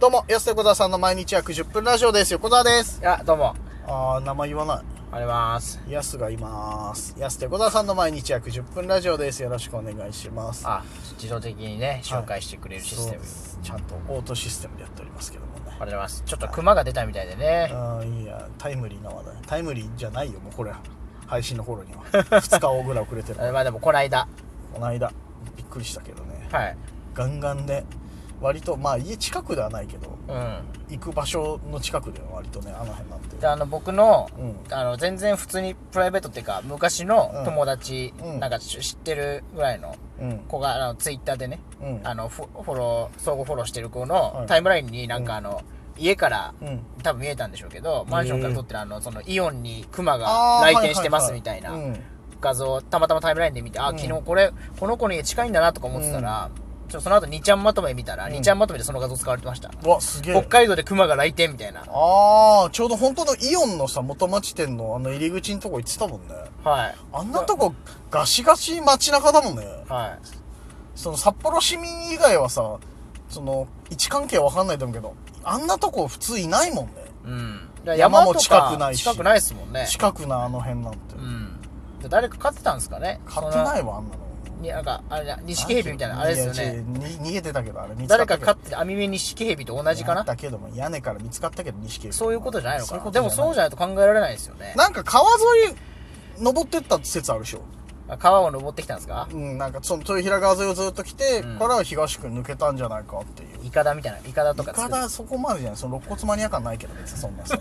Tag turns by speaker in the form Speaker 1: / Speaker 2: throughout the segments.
Speaker 1: どうも、安手小沢さんの毎日約10分ラジオです。横澤です。
Speaker 2: いや、どうも、
Speaker 1: あー、名前言わな
Speaker 2: あります。
Speaker 1: い。安がいます。安手小沢さんの毎日約10分ラジオです。よろしくお願いします。
Speaker 2: あ、自動的にね、紹介してくれるシステ
Speaker 1: そう
Speaker 2: ム。
Speaker 1: ですちゃんとオートシステムでやっておりますけどもね。
Speaker 2: あります。ちょっとクマが出たみたいでね。
Speaker 1: あーいや、タイムリーな話題。タイムリーじゃないよ、もうこれ。配信の頃には。2日 後ぐらい遅れてる。
Speaker 2: あまあでも、こないだ。
Speaker 1: この間、びっくりしたけどね。
Speaker 2: はい。
Speaker 1: ガンガンで、割と、まあ家近くではないけど、
Speaker 2: うん。
Speaker 1: 行く場所の近くでは割とね、あの辺なんて。
Speaker 2: で、あの、僕の、
Speaker 1: うん
Speaker 2: あの、全然普通にプライベートっていうか、昔の
Speaker 1: うん
Speaker 2: 友達、
Speaker 1: うん
Speaker 2: なんか知知ってるぐらいの
Speaker 1: うん。
Speaker 2: 子が、あの、ツイッターでね、
Speaker 1: うん
Speaker 2: あの、フォフォロー、相互フォローしてる子
Speaker 1: は
Speaker 2: の
Speaker 1: い
Speaker 2: タイムラインになんかあの、家から、
Speaker 1: うん。
Speaker 2: 多分見えたんでしょうけど、マンションから撮ってるあの、そのイオンにクマ
Speaker 1: あ
Speaker 2: が
Speaker 1: ー
Speaker 2: 来店してますみたいな。
Speaker 1: はははうん
Speaker 2: 画像をたまたまタイムラインで見て、あ、
Speaker 1: うん
Speaker 2: 昨日これ、この子の家近いんだなとか思ってたら、ちょその後2ちゃんまとめ見たら、
Speaker 1: うん
Speaker 2: 2ちゃんまとめでその画像使われてました。
Speaker 1: うわすげえ
Speaker 2: 北海道で熊が来店みたいな。
Speaker 1: ああちょうど本当のイオンのさ元町店のあの入り口のとこ行ってたもんね
Speaker 2: はい。
Speaker 1: あんなとこガシガシ街中だもんね
Speaker 2: は
Speaker 1: その札幌市民以外はさその位置関係わかんないと思うけどあんなとこ普通いないもんね
Speaker 2: い。うん。だから
Speaker 1: 山も
Speaker 2: とか
Speaker 1: 近くないし
Speaker 2: 近くないですもんね。
Speaker 1: 近くなあの辺なんて
Speaker 2: うん。じゃあ誰か飼ってたんですかね
Speaker 1: 買ってないいわあんなの
Speaker 2: になんか、あれだ、錦蛇みたいな、あれですよ
Speaker 1: や違う
Speaker 2: ね。
Speaker 1: に逃げてたけどあれ見つか
Speaker 2: 誰
Speaker 1: った
Speaker 2: か
Speaker 1: け
Speaker 2: 飼
Speaker 1: ど
Speaker 2: って、網目錦蛇と同じか
Speaker 1: や
Speaker 2: な
Speaker 1: ったけども屋根から見つかったけど錦絵
Speaker 2: そういうことじゃないのか
Speaker 1: そういう
Speaker 2: な。
Speaker 1: こ
Speaker 2: で
Speaker 1: と
Speaker 2: も
Speaker 1: じゃない
Speaker 2: そ
Speaker 1: う
Speaker 2: じゃないと考えられないですよね。
Speaker 1: なんか川沿い登ってった説あるでしょ
Speaker 2: 川を登ってきたんですか
Speaker 1: うん、なんかその豊平川沿いをずっと来て、
Speaker 2: うん
Speaker 1: からは東区抜けたんじゃないかっていう。
Speaker 2: イカダみたいな、イカダとか
Speaker 1: た
Speaker 2: 作って
Speaker 1: だそこまでじゃない、その肋骨マニア感ないけど別にそんな さ、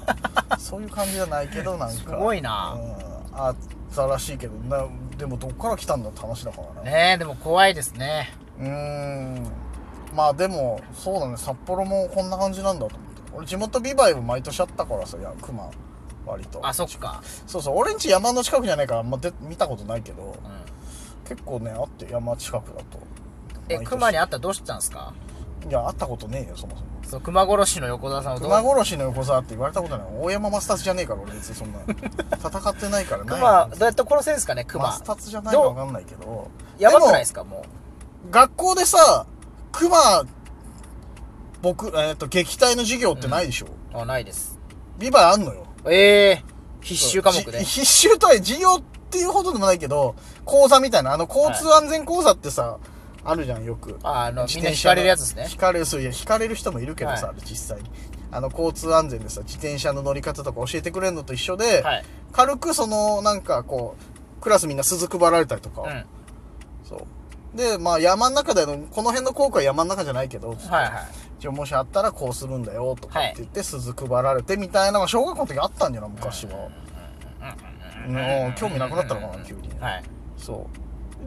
Speaker 1: そういう感じじゃないけどなんか。
Speaker 2: すごいな
Speaker 1: うん、あったらしいけどな、でもどっから来たんだって話だからね。
Speaker 2: ねえ、でも怖いですね。
Speaker 1: うーん。まあでも、そうだね、札幌もこんな感じなんだと思って。俺地元ビバイブ毎年あったからさ、いや、熊、割と。
Speaker 2: あ、そっか。
Speaker 1: そうそう、俺んち山の近くじゃないから、あんまで見たことないけど、
Speaker 2: うん。
Speaker 1: 結構ね、あって山近くだと。
Speaker 2: え、
Speaker 1: 毎年
Speaker 2: 熊に会ったらどうしてたんですか
Speaker 1: いや、会ったことねえよ、そもそも。
Speaker 2: そう、熊殺しの横澤さんをどう
Speaker 1: 熊殺しの横沢って言われたことない。大山マスタツじゃねえから、俺別にそ んな。戦ってないからない。
Speaker 2: 熊、どうやって殺せるんですかね、
Speaker 1: マ
Speaker 2: 熊
Speaker 1: ス。タツじゃないかわかんないけど。
Speaker 2: やばくないですすか、も
Speaker 1: 学校でさ、熊、僕、えっ、と、撃退の授業ってないでしょ、
Speaker 2: う。あ、ないです。
Speaker 1: ビバイあんのよ。
Speaker 2: ええ必修科目で
Speaker 1: じ。必修とは授業っていうほどでもないけど、講座みたいな、あの、交通安全講座ってさ、あるじゃん、よく。
Speaker 2: あ、あの、
Speaker 1: 自
Speaker 2: みんな
Speaker 1: 転
Speaker 2: 惹
Speaker 1: 車の
Speaker 2: かれるやつですね。
Speaker 1: 惹かれる、そういや、惹かれる人もいるけどさ、
Speaker 2: は
Speaker 1: 実際に。あの、交通安全でさ、自転車の乗り方とか教えてくれるのと一緒で、
Speaker 2: はい。
Speaker 1: 軽くその、なんかこう、クラスみんな鈴配られたりとか、
Speaker 2: うん。
Speaker 1: そう。で、まあ山の中での、この辺の校区は山の中じゃないけど、
Speaker 2: はいは
Speaker 1: 一応もしあったらこうするんだよとかって言って、鈴配られてみたいなのが小学校の時あったんじゃない昔は。うん興味なくなったのかな、急に
Speaker 2: い。。はい。
Speaker 1: そ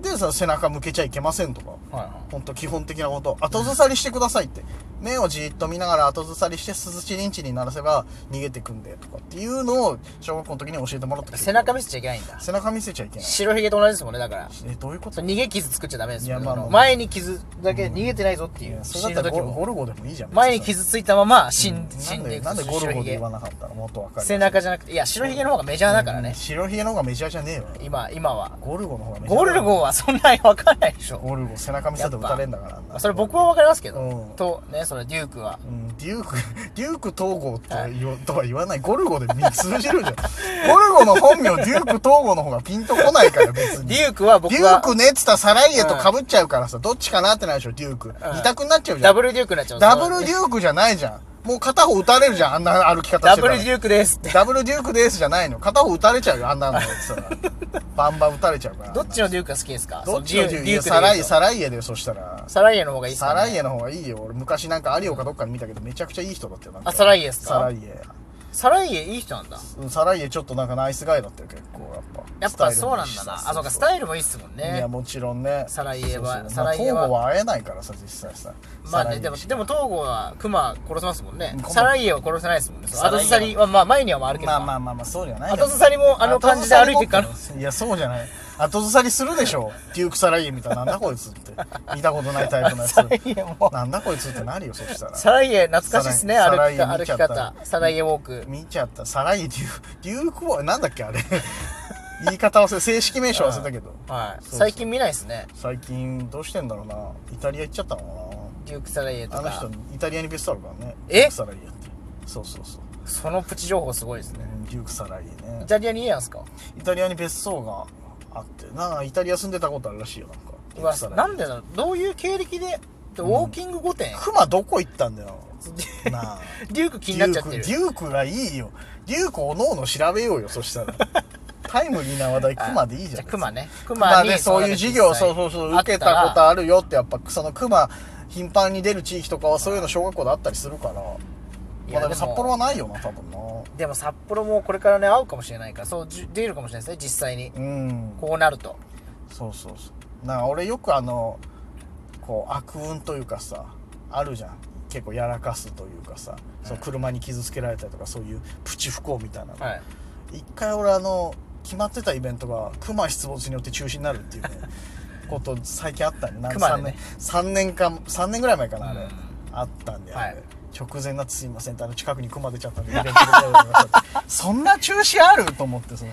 Speaker 1: う。でさ、背中向けちゃいけませんとか。
Speaker 2: は
Speaker 1: ほんと基本的なこと後ずさりしてくださいって目をじーっと見ながら後ずさりして鈴チリンチに鳴らせば逃げてくんでとかっていうのを小学校の時に教えてもらった
Speaker 2: い。背中見
Speaker 1: せ
Speaker 2: せちゃいけないんだ。
Speaker 1: 背中見せちゃいけない
Speaker 2: 白ひげと同じですもんね、だから。
Speaker 1: えどういうこと
Speaker 2: そう逃げ傷作っちゃダメですよ。
Speaker 1: いやまあまあ
Speaker 2: 前に傷だけ逃げてないぞって
Speaker 1: い
Speaker 2: いう。
Speaker 1: やそ
Speaker 2: 死
Speaker 1: れ
Speaker 2: ん
Speaker 1: だ
Speaker 2: だ
Speaker 1: ったら
Speaker 2: 時
Speaker 1: ゴルゴ
Speaker 2: も。
Speaker 1: ルゴでもいいじゃん
Speaker 2: 前に傷ついたまま死
Speaker 1: うん
Speaker 2: ん死んでいく
Speaker 1: なんでなんでゴル
Speaker 2: 白
Speaker 1: ゴで
Speaker 2: ひげ
Speaker 1: 言わなかったのもっとわかる
Speaker 2: 背中じゃなくて、いや、白ひげの方がメジャーだから
Speaker 1: うん
Speaker 2: ね。
Speaker 1: 白ひげの方がメジャーじゃねえよ
Speaker 2: 今、今は。
Speaker 1: ゴルゴの方がメジャー
Speaker 2: ゴルゴはそんなにわかんないでしょ。
Speaker 1: ゴルゴ背中見せて撃たれんだからな
Speaker 2: それ僕はわかりますけ
Speaker 1: う
Speaker 2: ど
Speaker 1: ん。
Speaker 2: と、ね、それデュークは。
Speaker 1: うんデューク、 デューク統合とは言わとは言わない。ゴルゴで通じるじゃん。ゴルゴの本名、デューク統合の方がピンとこないから、別に。
Speaker 2: デ
Speaker 1: デュ
Speaker 2: ュークは僕
Speaker 1: ー
Speaker 2: は、
Speaker 1: クねっつったらサライエと被っちゃうからさ、どっちかなってなるでしょ、デューク。二択になっちゃうじゃ
Speaker 2: ダ
Speaker 1: ん。
Speaker 2: ブルデュークになっちゃう。
Speaker 1: ダブルデ
Speaker 2: ーク
Speaker 1: ュークじゃないじゃん。もう片方撃たれるじゃん、あんな歩き方
Speaker 2: ダ
Speaker 1: してた
Speaker 2: ブル
Speaker 1: ら
Speaker 2: デ。ュークですって。
Speaker 1: ダブルデュークですじゃないの。片方撃たれちゃうよ、あんなのやつら。バンバン撃たれちゃうから。
Speaker 2: どっちのデュークが好きですか
Speaker 1: どっちの
Speaker 2: そ
Speaker 1: デュー
Speaker 2: のュ
Speaker 1: クい
Speaker 2: デュ
Speaker 1: や
Speaker 2: ーク
Speaker 1: サライ、
Speaker 2: サ
Speaker 1: サライエでしょ、そしたら。
Speaker 2: サライエの方がいいですか
Speaker 1: サ
Speaker 2: ね
Speaker 1: ライエの方がいいよ。俺昔なんかアリオかどっかで見たけど、めちゃくちゃいい人だったよ。なんか
Speaker 2: あサライエっすか
Speaker 1: サライエ。
Speaker 2: サライエいい人なんだ。
Speaker 1: うんサライエちょっとなんかナイスガイだったよ、結構やっぱ。
Speaker 2: やっぱそうなんだな。あ、そうか、スタ
Speaker 1: イ
Speaker 2: イルもいいっすも
Speaker 1: ルも
Speaker 2: ん
Speaker 1: いいしさい
Speaker 2: ね
Speaker 1: や、。もちろんね。
Speaker 2: サライエは
Speaker 1: そうそう
Speaker 2: サライエ
Speaker 1: まあ、交
Speaker 2: は
Speaker 1: 互は会えないからさ、実際さ。
Speaker 2: まあ
Speaker 1: サライ
Speaker 2: ね、
Speaker 1: エ
Speaker 2: でも、でも、東郷は熊殺せますもんね
Speaker 1: うん。
Speaker 2: サライエは殺せないですもんね。そう
Speaker 1: サライエ
Speaker 2: 後ずさりは、まあ前には回るけど。
Speaker 1: まあまあまあまあ、そうじゃない
Speaker 2: 後ずさりもあの感じで歩いていくから
Speaker 1: 後ずさりもいや、そうじゃない。後ずさりするでしょ。デュークサライエみたいな、なんだこいつって。見たことないタイプのやつ
Speaker 2: サ。ライエも。
Speaker 1: なんだこいつってなるよ、そしたら。
Speaker 2: サライエ懐かしいですね、
Speaker 1: サ
Speaker 2: 歩
Speaker 1: ラ
Speaker 2: き
Speaker 1: イ
Speaker 2: か
Speaker 1: サライエ
Speaker 2: 歩
Speaker 1: 見ちゃ
Speaker 2: き
Speaker 1: った
Speaker 2: 方。サライエウォーク。
Speaker 1: 見ちゃった。サライエ、デューデュークは、なんだっけ、あれ。 言い方忘れ、正式名称忘れたけど。
Speaker 2: はい。
Speaker 1: そうそう
Speaker 2: 最近見ないですね。
Speaker 1: 最近どうしてんだろうなイタリア行っちゃったのか
Speaker 2: デューク・サライエと
Speaker 1: あの
Speaker 2: か
Speaker 1: 人、イタリアにベストあるからね。
Speaker 2: え
Speaker 1: デュークサライエって。そうそうそう。
Speaker 2: そのプチ情報すごいですね。
Speaker 1: うんデュークサライエね
Speaker 2: イ。タリアにいいやんすか
Speaker 1: イタリアに別荘があって、なんかイタリア住んでたことあるらしいよ、なんか。デュ
Speaker 2: う
Speaker 1: ー
Speaker 2: わ
Speaker 1: クサライエ
Speaker 2: なんでだろうどういう経歴で、でウォーキング御殿、
Speaker 1: クマどこ行ったんだよ。 なあ。
Speaker 2: デューク気になっちゃってる
Speaker 1: デ。ューク、デュークがいいよ。デュークおのおの調べようよ、そした ら。タイムリーな話題、クマでいいじゃん。
Speaker 2: クマね。ク
Speaker 1: ま
Speaker 2: マ
Speaker 1: あ
Speaker 2: に、
Speaker 1: ね、そういう授業をそうそうそう受けたこと
Speaker 2: あ
Speaker 1: あるよってやっぱそのクマ頻繁に出る地域とかはそういうの小学校であったりするから
Speaker 2: い
Speaker 1: ま
Speaker 2: や
Speaker 1: あでも
Speaker 2: でも
Speaker 1: 札幌はないよな多分な
Speaker 2: でも札幌もこれからね、会うかもしれないから、そう、じ出るかもしれないですね、実際に。
Speaker 1: うん
Speaker 2: こうなると。
Speaker 1: そうそうそうなんか俺よくあのこう悪運というかさあるじゃん結構やらかすというかさ、その車に傷つけられたりとかそういうプチ不幸みたいなの、
Speaker 2: はい。
Speaker 1: 一回俺あの決まってたイベントがクマ出没によって中止になるっていう ねこと最近あったねなんか
Speaker 2: 熊
Speaker 1: 3
Speaker 2: で
Speaker 1: 年
Speaker 2: ね
Speaker 1: 3年か3年ぐらい前かなあれ、
Speaker 2: うん
Speaker 1: あったんで、あれ
Speaker 2: はい
Speaker 1: 直前になってすいませんってあの近くにクマ出ちゃったんでイベントでございましたって そんな中止あると思ってその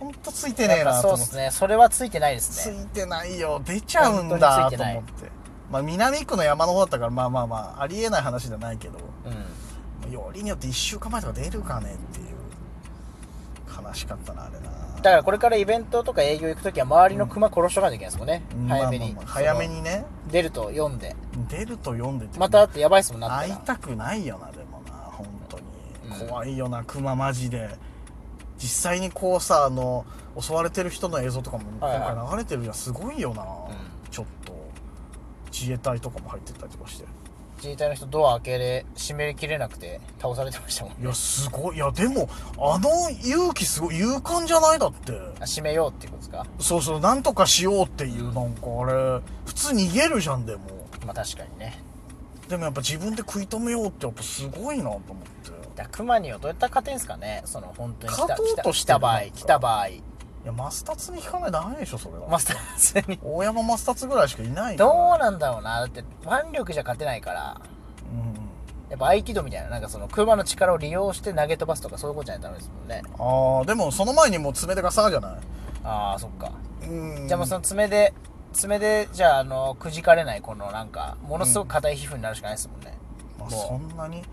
Speaker 1: ほんとついてねえ
Speaker 2: やっ
Speaker 1: な
Speaker 2: ぱ
Speaker 1: と
Speaker 2: そう
Speaker 1: 思っ
Speaker 2: で
Speaker 1: て
Speaker 2: すね。それはついてないです
Speaker 1: つ
Speaker 2: ね。
Speaker 1: いてないよ出ちゃうんだ
Speaker 2: 本当について
Speaker 1: と
Speaker 2: ない
Speaker 1: 思ってまあ南区の山の方だったからまあまあまあありえない話じゃないけど
Speaker 2: うん。
Speaker 1: よりによって1週間前とか出るかねっていう悲しかったなあれな
Speaker 2: だからこれからイベントとか営業行くときは、周りの熊殺しとかなきゃいけないですもんね。
Speaker 1: うん
Speaker 2: 早めに。
Speaker 1: まあまあまあ早めにね
Speaker 2: その。出ると読んで。
Speaker 1: 出ると読んでて
Speaker 2: また会ってやばいっすもんなった
Speaker 1: 会い
Speaker 2: ら。
Speaker 1: たくないよなでもな本当に、
Speaker 2: うん
Speaker 1: 怖いよなクママジで実際にこうさあの襲われてる人の映像とかも今
Speaker 2: はいはい
Speaker 1: 回流れてるじゃんすごいよな、
Speaker 2: ん
Speaker 1: ちょっと自衛隊とかも入ってたりとかして
Speaker 2: 自衛隊の人ドア開けれ、閉めきれなくて倒されてましたもん。
Speaker 1: いやすごいいやでもあの勇気すごい勇敢じゃないだって
Speaker 2: あ閉めようっていうことですか
Speaker 1: そうそうなんとかしようっていうなんかあれ普通逃げるじゃんでも
Speaker 2: まあ確かにね。
Speaker 1: でもやっぱ自分で食い止めようってやっぱすごいなと思って
Speaker 2: だから熊にはどうやったら勝てんすかねその本当に来た
Speaker 1: 勝とうと
Speaker 2: 来た
Speaker 1: し
Speaker 2: 来
Speaker 1: てる
Speaker 2: た場合
Speaker 1: なんか
Speaker 2: 来た場合
Speaker 1: いやマスタツに引かないとダメでしょそれは、
Speaker 2: マスターズに
Speaker 1: 大山マスタツぐらいしかいない
Speaker 2: どう
Speaker 1: よ
Speaker 2: なんだろうなだって腕力じゃ勝てないから
Speaker 1: うん
Speaker 2: やっぱ合気道みたいななんかその熊の力を利用して投げ飛ばすとかそういうことじゃないとダメですもんね
Speaker 1: ああでもその前にもう爪でガサーじゃない
Speaker 2: ああそっか、
Speaker 1: うん
Speaker 2: じゃあもうその爪で爪でじゃああのくじかれないこのなんかものすごく硬い皮膚になるしかないですもんね、
Speaker 1: まあ、
Speaker 2: もう
Speaker 1: そんなに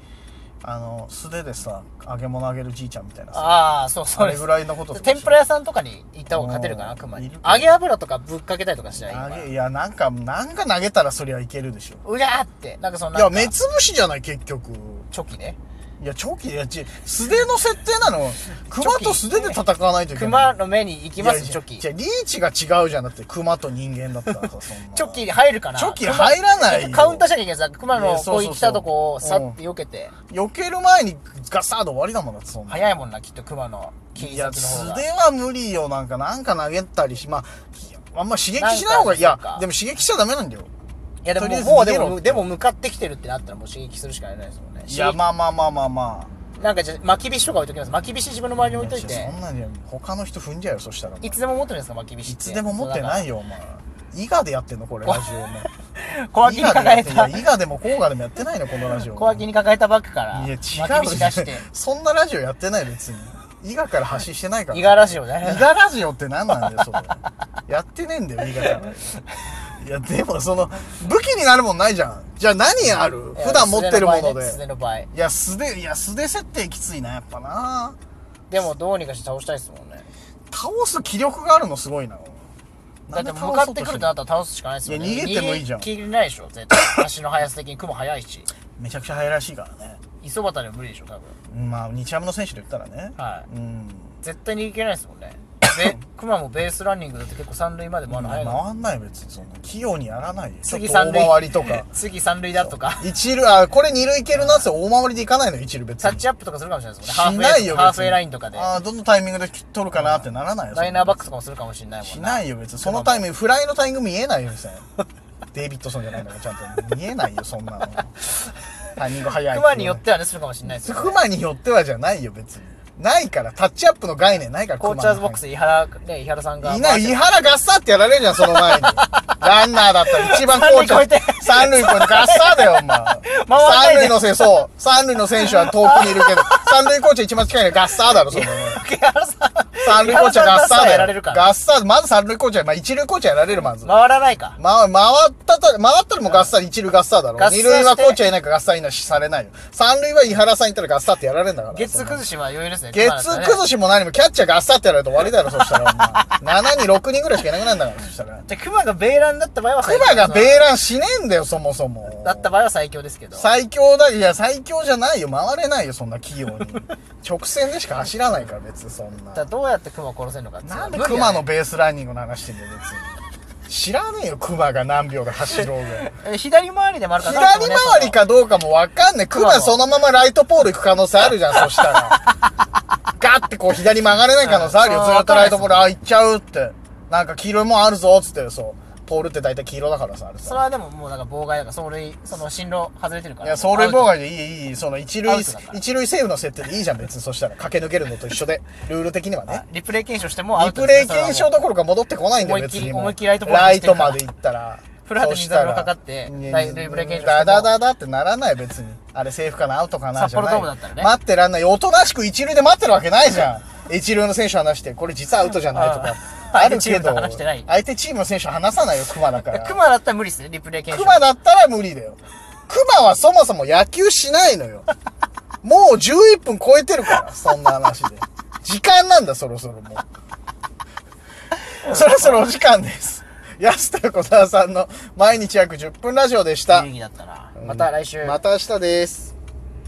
Speaker 1: あの素手でさ揚げ物あげるじいちゃんみたいなさ
Speaker 2: ああそうそ
Speaker 1: あ
Speaker 2: うで
Speaker 1: れ
Speaker 2: す
Speaker 1: ぐらいのこと
Speaker 2: 天ぷら屋さんとかに行った方が勝てるか
Speaker 1: う
Speaker 2: なん熊
Speaker 1: い
Speaker 2: に
Speaker 1: るけど
Speaker 2: 揚げ油とかぶっかけたりとかしないい
Speaker 1: 投
Speaker 2: から
Speaker 1: げいやなんかなんか投げたらそりゃいけるでしょ
Speaker 2: うやーってなんかその
Speaker 1: いや
Speaker 2: なんか
Speaker 1: 目つぶしじゃない結局
Speaker 2: チョキね
Speaker 1: いや長期いやち素手の設定なの熊と素手で戦わないといけない
Speaker 2: 熊の目に行きますチョキ
Speaker 1: じゃリーチが違うじゃなくて熊と人間だったらさそんな
Speaker 2: チョキ入るかな
Speaker 1: チョキ入らないよ
Speaker 2: カウンターしなきゃいけないさ熊
Speaker 1: いや
Speaker 2: の
Speaker 1: そうそう
Speaker 2: こう
Speaker 1: そう
Speaker 2: 来たとこをさって避けて、
Speaker 1: 避ける前にガサード終わりだもんだってそんな
Speaker 2: 早いもんなきっと熊の切り
Speaker 1: いや
Speaker 2: 先の
Speaker 1: 素
Speaker 2: 方が
Speaker 1: 手は無理よなんかなんか投げたりしまあきあんま刺激しない方がいいい
Speaker 2: な
Speaker 1: や
Speaker 2: んかそうか
Speaker 1: でも刺激しちゃダメなんだよ
Speaker 2: いやで
Speaker 1: とりあえ
Speaker 2: も
Speaker 1: ず
Speaker 2: もう
Speaker 1: 逃げ
Speaker 2: で
Speaker 1: ろ
Speaker 2: もでも向かってきてるってなったらもう刺激するしかないですもんね
Speaker 1: いやまあまあまあまあま
Speaker 2: なんかじゃ巻き菱とか置いときます巻き菱自分の周りに
Speaker 1: あ
Speaker 2: 置いとい
Speaker 1: や
Speaker 2: て
Speaker 1: そんなに他の人踏んじゃうよそしたらお前
Speaker 2: いつでも持ってるんですか巻き菱
Speaker 1: い
Speaker 2: って
Speaker 1: つでも持ってない
Speaker 2: よ
Speaker 1: よお前伊賀でやってんのこれラジオね
Speaker 2: 小脇に抱え
Speaker 1: 伊賀でや
Speaker 2: た
Speaker 1: ってんのいや伊賀でも甲賀でもやってないのこのラジオ
Speaker 2: 小脇に抱えたバッグから
Speaker 1: いや違う
Speaker 2: 巻き菱出して
Speaker 1: そんなラジオやってない別に伊賀から発信してないから
Speaker 2: 伊賀ラジオね
Speaker 1: 伊賀ラジオって何なんだよそれやってねえんだよ伊賀からいやでもその武器になるもんないじゃんじゃあ何ある普段持ってるもので
Speaker 2: 素手の場合ね素手の場合
Speaker 1: いや素手いや素手設定きついなやっぱな
Speaker 2: でもどうにかして倒したいですもんね
Speaker 1: 倒す気力があるのすごいな
Speaker 2: だ
Speaker 1: な
Speaker 2: っ
Speaker 1: ん
Speaker 2: て
Speaker 1: で
Speaker 2: 向
Speaker 1: 倒
Speaker 2: か
Speaker 1: そ
Speaker 2: っ
Speaker 1: うとし
Speaker 2: てく
Speaker 1: て
Speaker 2: る
Speaker 1: ん
Speaker 2: と
Speaker 1: の
Speaker 2: なったら倒すしかないですよね。
Speaker 1: いや逃げてもいいじゃん
Speaker 2: 逃げきれないでしょ、絶対。足の速さ的に雲速いし。
Speaker 1: めちゃくちゃ速いらしいからね
Speaker 2: 磯端でも無理でしょ、多分。
Speaker 1: まあ日ハムの選手で言ったらね
Speaker 2: はい。
Speaker 1: うん
Speaker 2: 絶対逃げきれないですもんね。で、熊もベースランニングだって結構三塁まで回るの
Speaker 1: 回
Speaker 2: 速いの。
Speaker 1: んないよ別にそんな器用にやらないよちょっ
Speaker 2: 次
Speaker 1: と
Speaker 2: 三
Speaker 1: 大
Speaker 2: 塁。
Speaker 1: 回りとか
Speaker 2: 次三塁だとか。
Speaker 1: 一塁あこれ二塁いけるなって大回りでいかないの一塁別
Speaker 2: タ
Speaker 1: に
Speaker 2: ッチアップとかするかもしれないですもん
Speaker 1: し
Speaker 2: ね。
Speaker 1: ないよ別に
Speaker 2: ハーフウェイラインとかで。
Speaker 1: ああどのタイミングで取るかなってならないよ
Speaker 2: ライナーバッ
Speaker 1: ク
Speaker 2: クとかもするかもしれないも
Speaker 1: し
Speaker 2: んな。
Speaker 1: ないよ別にそのタイミングフライのタイミング見えないよ別 にデイビッドソンじゃないんだからちゃんと見えないよそんなの タイミング早い
Speaker 2: 熊によってはね、するかもしれないですよ、ね。
Speaker 1: 熊によってはじゃないよ別にないからタッチアップの概念ないから
Speaker 2: コーチャーズボック
Speaker 1: ス
Speaker 2: ス、井原、ね、井原さんが。
Speaker 1: いない井原ガッサーってやられるじゃんその 前にランナーだったら一番コーチャ
Speaker 2: 三塁越えて
Speaker 1: ー三塁越えてガッサーだよお前
Speaker 2: 回らない
Speaker 1: 三
Speaker 2: で
Speaker 1: 塁のせいそう三塁の選手は遠くにいるけど三塁コーチャー一番近いのはガッサーだろその
Speaker 2: 木原さん。
Speaker 1: 三塁コーチャーガッサーだよ。
Speaker 2: やられるから。
Speaker 1: ガッサー、まず三塁コーチャー、まあ一塁コーチャーやられる、まず。
Speaker 2: 回らないか。
Speaker 1: まあ、回ったと、回ったらもうガッサー、一塁ガッサーだ
Speaker 2: ガ
Speaker 1: ろ。
Speaker 2: ッサ
Speaker 1: 二
Speaker 2: ーして
Speaker 1: 塁はコーチャーいないからガッサーいないしされないよ。三塁は井原さんいたらガッサーってやられるんだから。
Speaker 2: 月崩しは余裕ですね。
Speaker 1: 月崩
Speaker 2: し。
Speaker 1: しも何もキャッチャーガッサーってやられると終わりだろ、そしたら。お前7人、6人ぐらいしかいなくなるんだから、そしたら。
Speaker 2: じゃあ、熊がベーランだった場合は
Speaker 1: ク
Speaker 2: 最強
Speaker 1: マがベーランしねえんだよ、そもそも。
Speaker 2: だった場合は最強ですけど。
Speaker 1: 最強だ、いや、最強じゃないよ。回れないよ、そんな器用に。直線でしか走らないから、別にそんな
Speaker 2: だから。どうやって熊を殺せるのかっていうの
Speaker 1: な
Speaker 2: は
Speaker 1: んで
Speaker 2: 無理だね
Speaker 1: クマのベースランニングの話してんだよ、別に。知らねえよ、クマが何秒で走ろうが。
Speaker 2: え左回りで丸かな
Speaker 1: 左回りかどうかもわかんねえ。クマ
Speaker 2: 熊の
Speaker 1: そのままライトポール行く可能性あるじ ゃん、そしたら。ガッてこう左曲がれない可能性あるよ。
Speaker 2: うん
Speaker 1: ずーっとライトポール、あ、行っちゃうって。なんか黄色いもんあるぞ、つって、そう。ポールって大体黄色だからさ、あれ
Speaker 2: そ
Speaker 1: さ。
Speaker 2: れはでももうなんか妨害だから走塁その進路外れてるか
Speaker 1: い
Speaker 2: ら
Speaker 1: や、走塁妨害
Speaker 2: 害
Speaker 1: でいい、いいいい、その一
Speaker 2: ア
Speaker 1: 塁
Speaker 2: ウトだか、ら
Speaker 1: 一塁セーフの設定でいいじゃん、別に。そしたら、駆け抜けるのと一緒で。ルール的にはね。
Speaker 2: リプレイ検証してもア
Speaker 1: リ
Speaker 2: ウト
Speaker 1: プ
Speaker 2: です
Speaker 1: レ
Speaker 2: ね
Speaker 1: イ検証どころか戻ってこないんだよ、
Speaker 2: 思いっ
Speaker 1: 別
Speaker 2: きり
Speaker 1: にもう。
Speaker 2: 思いっきりライトボール
Speaker 1: ラ
Speaker 2: 走っ
Speaker 1: イ
Speaker 2: てる
Speaker 1: ト
Speaker 2: から
Speaker 1: まで行ったら。
Speaker 2: フラット
Speaker 1: そ
Speaker 2: に
Speaker 1: したら
Speaker 2: 水がかかって
Speaker 1: いや
Speaker 2: ライリプレイ検証して
Speaker 1: ダ
Speaker 2: も
Speaker 1: ダダダってならない、別に。あれ、セーフかな、アウトかな、
Speaker 2: 札幌
Speaker 1: じゃない
Speaker 2: ドームだったらね
Speaker 1: 待ってらんない。おとなしく一塁で待ってるわけないじゃん。一塁の選手話して、これ実はアウトじゃないとか。
Speaker 2: あ
Speaker 1: あるけ
Speaker 2: 相手チームと
Speaker 1: ど
Speaker 2: 話してない、
Speaker 1: 相手チームの選手は話さないよ、熊だから。
Speaker 2: クマだったら無理ですねリプレイ検
Speaker 1: クマ
Speaker 2: 証
Speaker 1: だったら無理だよ。クマはそもそも野球しないのよ。もう11分超えてるから、そんな話で。時間なんだ、そろそろもう。そろそろお時間です。安田横澤さんの毎日約10分ラジオでした
Speaker 2: 有。意義だったなまた来週
Speaker 1: また明日です。